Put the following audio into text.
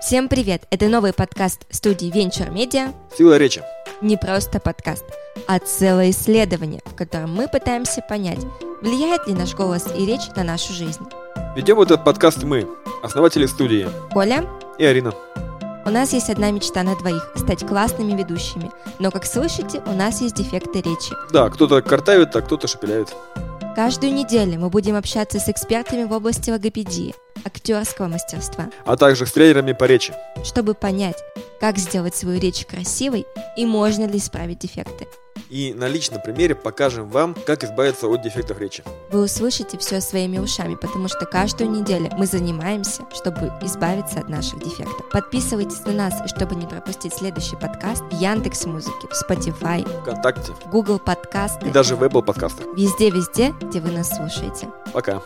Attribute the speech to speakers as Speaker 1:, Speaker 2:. Speaker 1: Всем привет! Это новый подкаст студии Venture Media
Speaker 2: Сила речи.
Speaker 1: не просто подкаст, а целое исследование, в котором мы пытаемся понять, влияет ли наш голос и речь на нашу жизнь.
Speaker 2: Ведем этот подкаст мы, основатели студии,
Speaker 1: Коля,
Speaker 2: и Арина.
Speaker 1: у нас есть одна мечта на двоих – стать классными ведущими, но, как слышите, у нас есть дефекты речи.
Speaker 2: Да, кто-то картавит, а кто-то шепеляет.
Speaker 1: Каждую неделю мы будем общаться с экспертами в области логопедии, актерского мастерства,
Speaker 2: А также с тренерами по речи.
Speaker 1: чтобы понять, как сделать свою речь красивой и можно ли исправить дефекты.
Speaker 2: И на личном примере покажем вам, как избавиться от дефектов речи.
Speaker 1: Вы услышите все своими ушами, потому что каждую неделю мы занимаемся, чтобы избавиться от наших дефектов. Подписывайтесь на нас, чтобы не пропустить следующий подкаст в Яндекс Музыке, в Spotify,
Speaker 2: Вконтакте
Speaker 1: в Google
Speaker 2: и
Speaker 1: Подкасты,
Speaker 2: даже в Apple подкастах.
Speaker 1: везде-везде, где вы нас слушаете.
Speaker 2: Пока.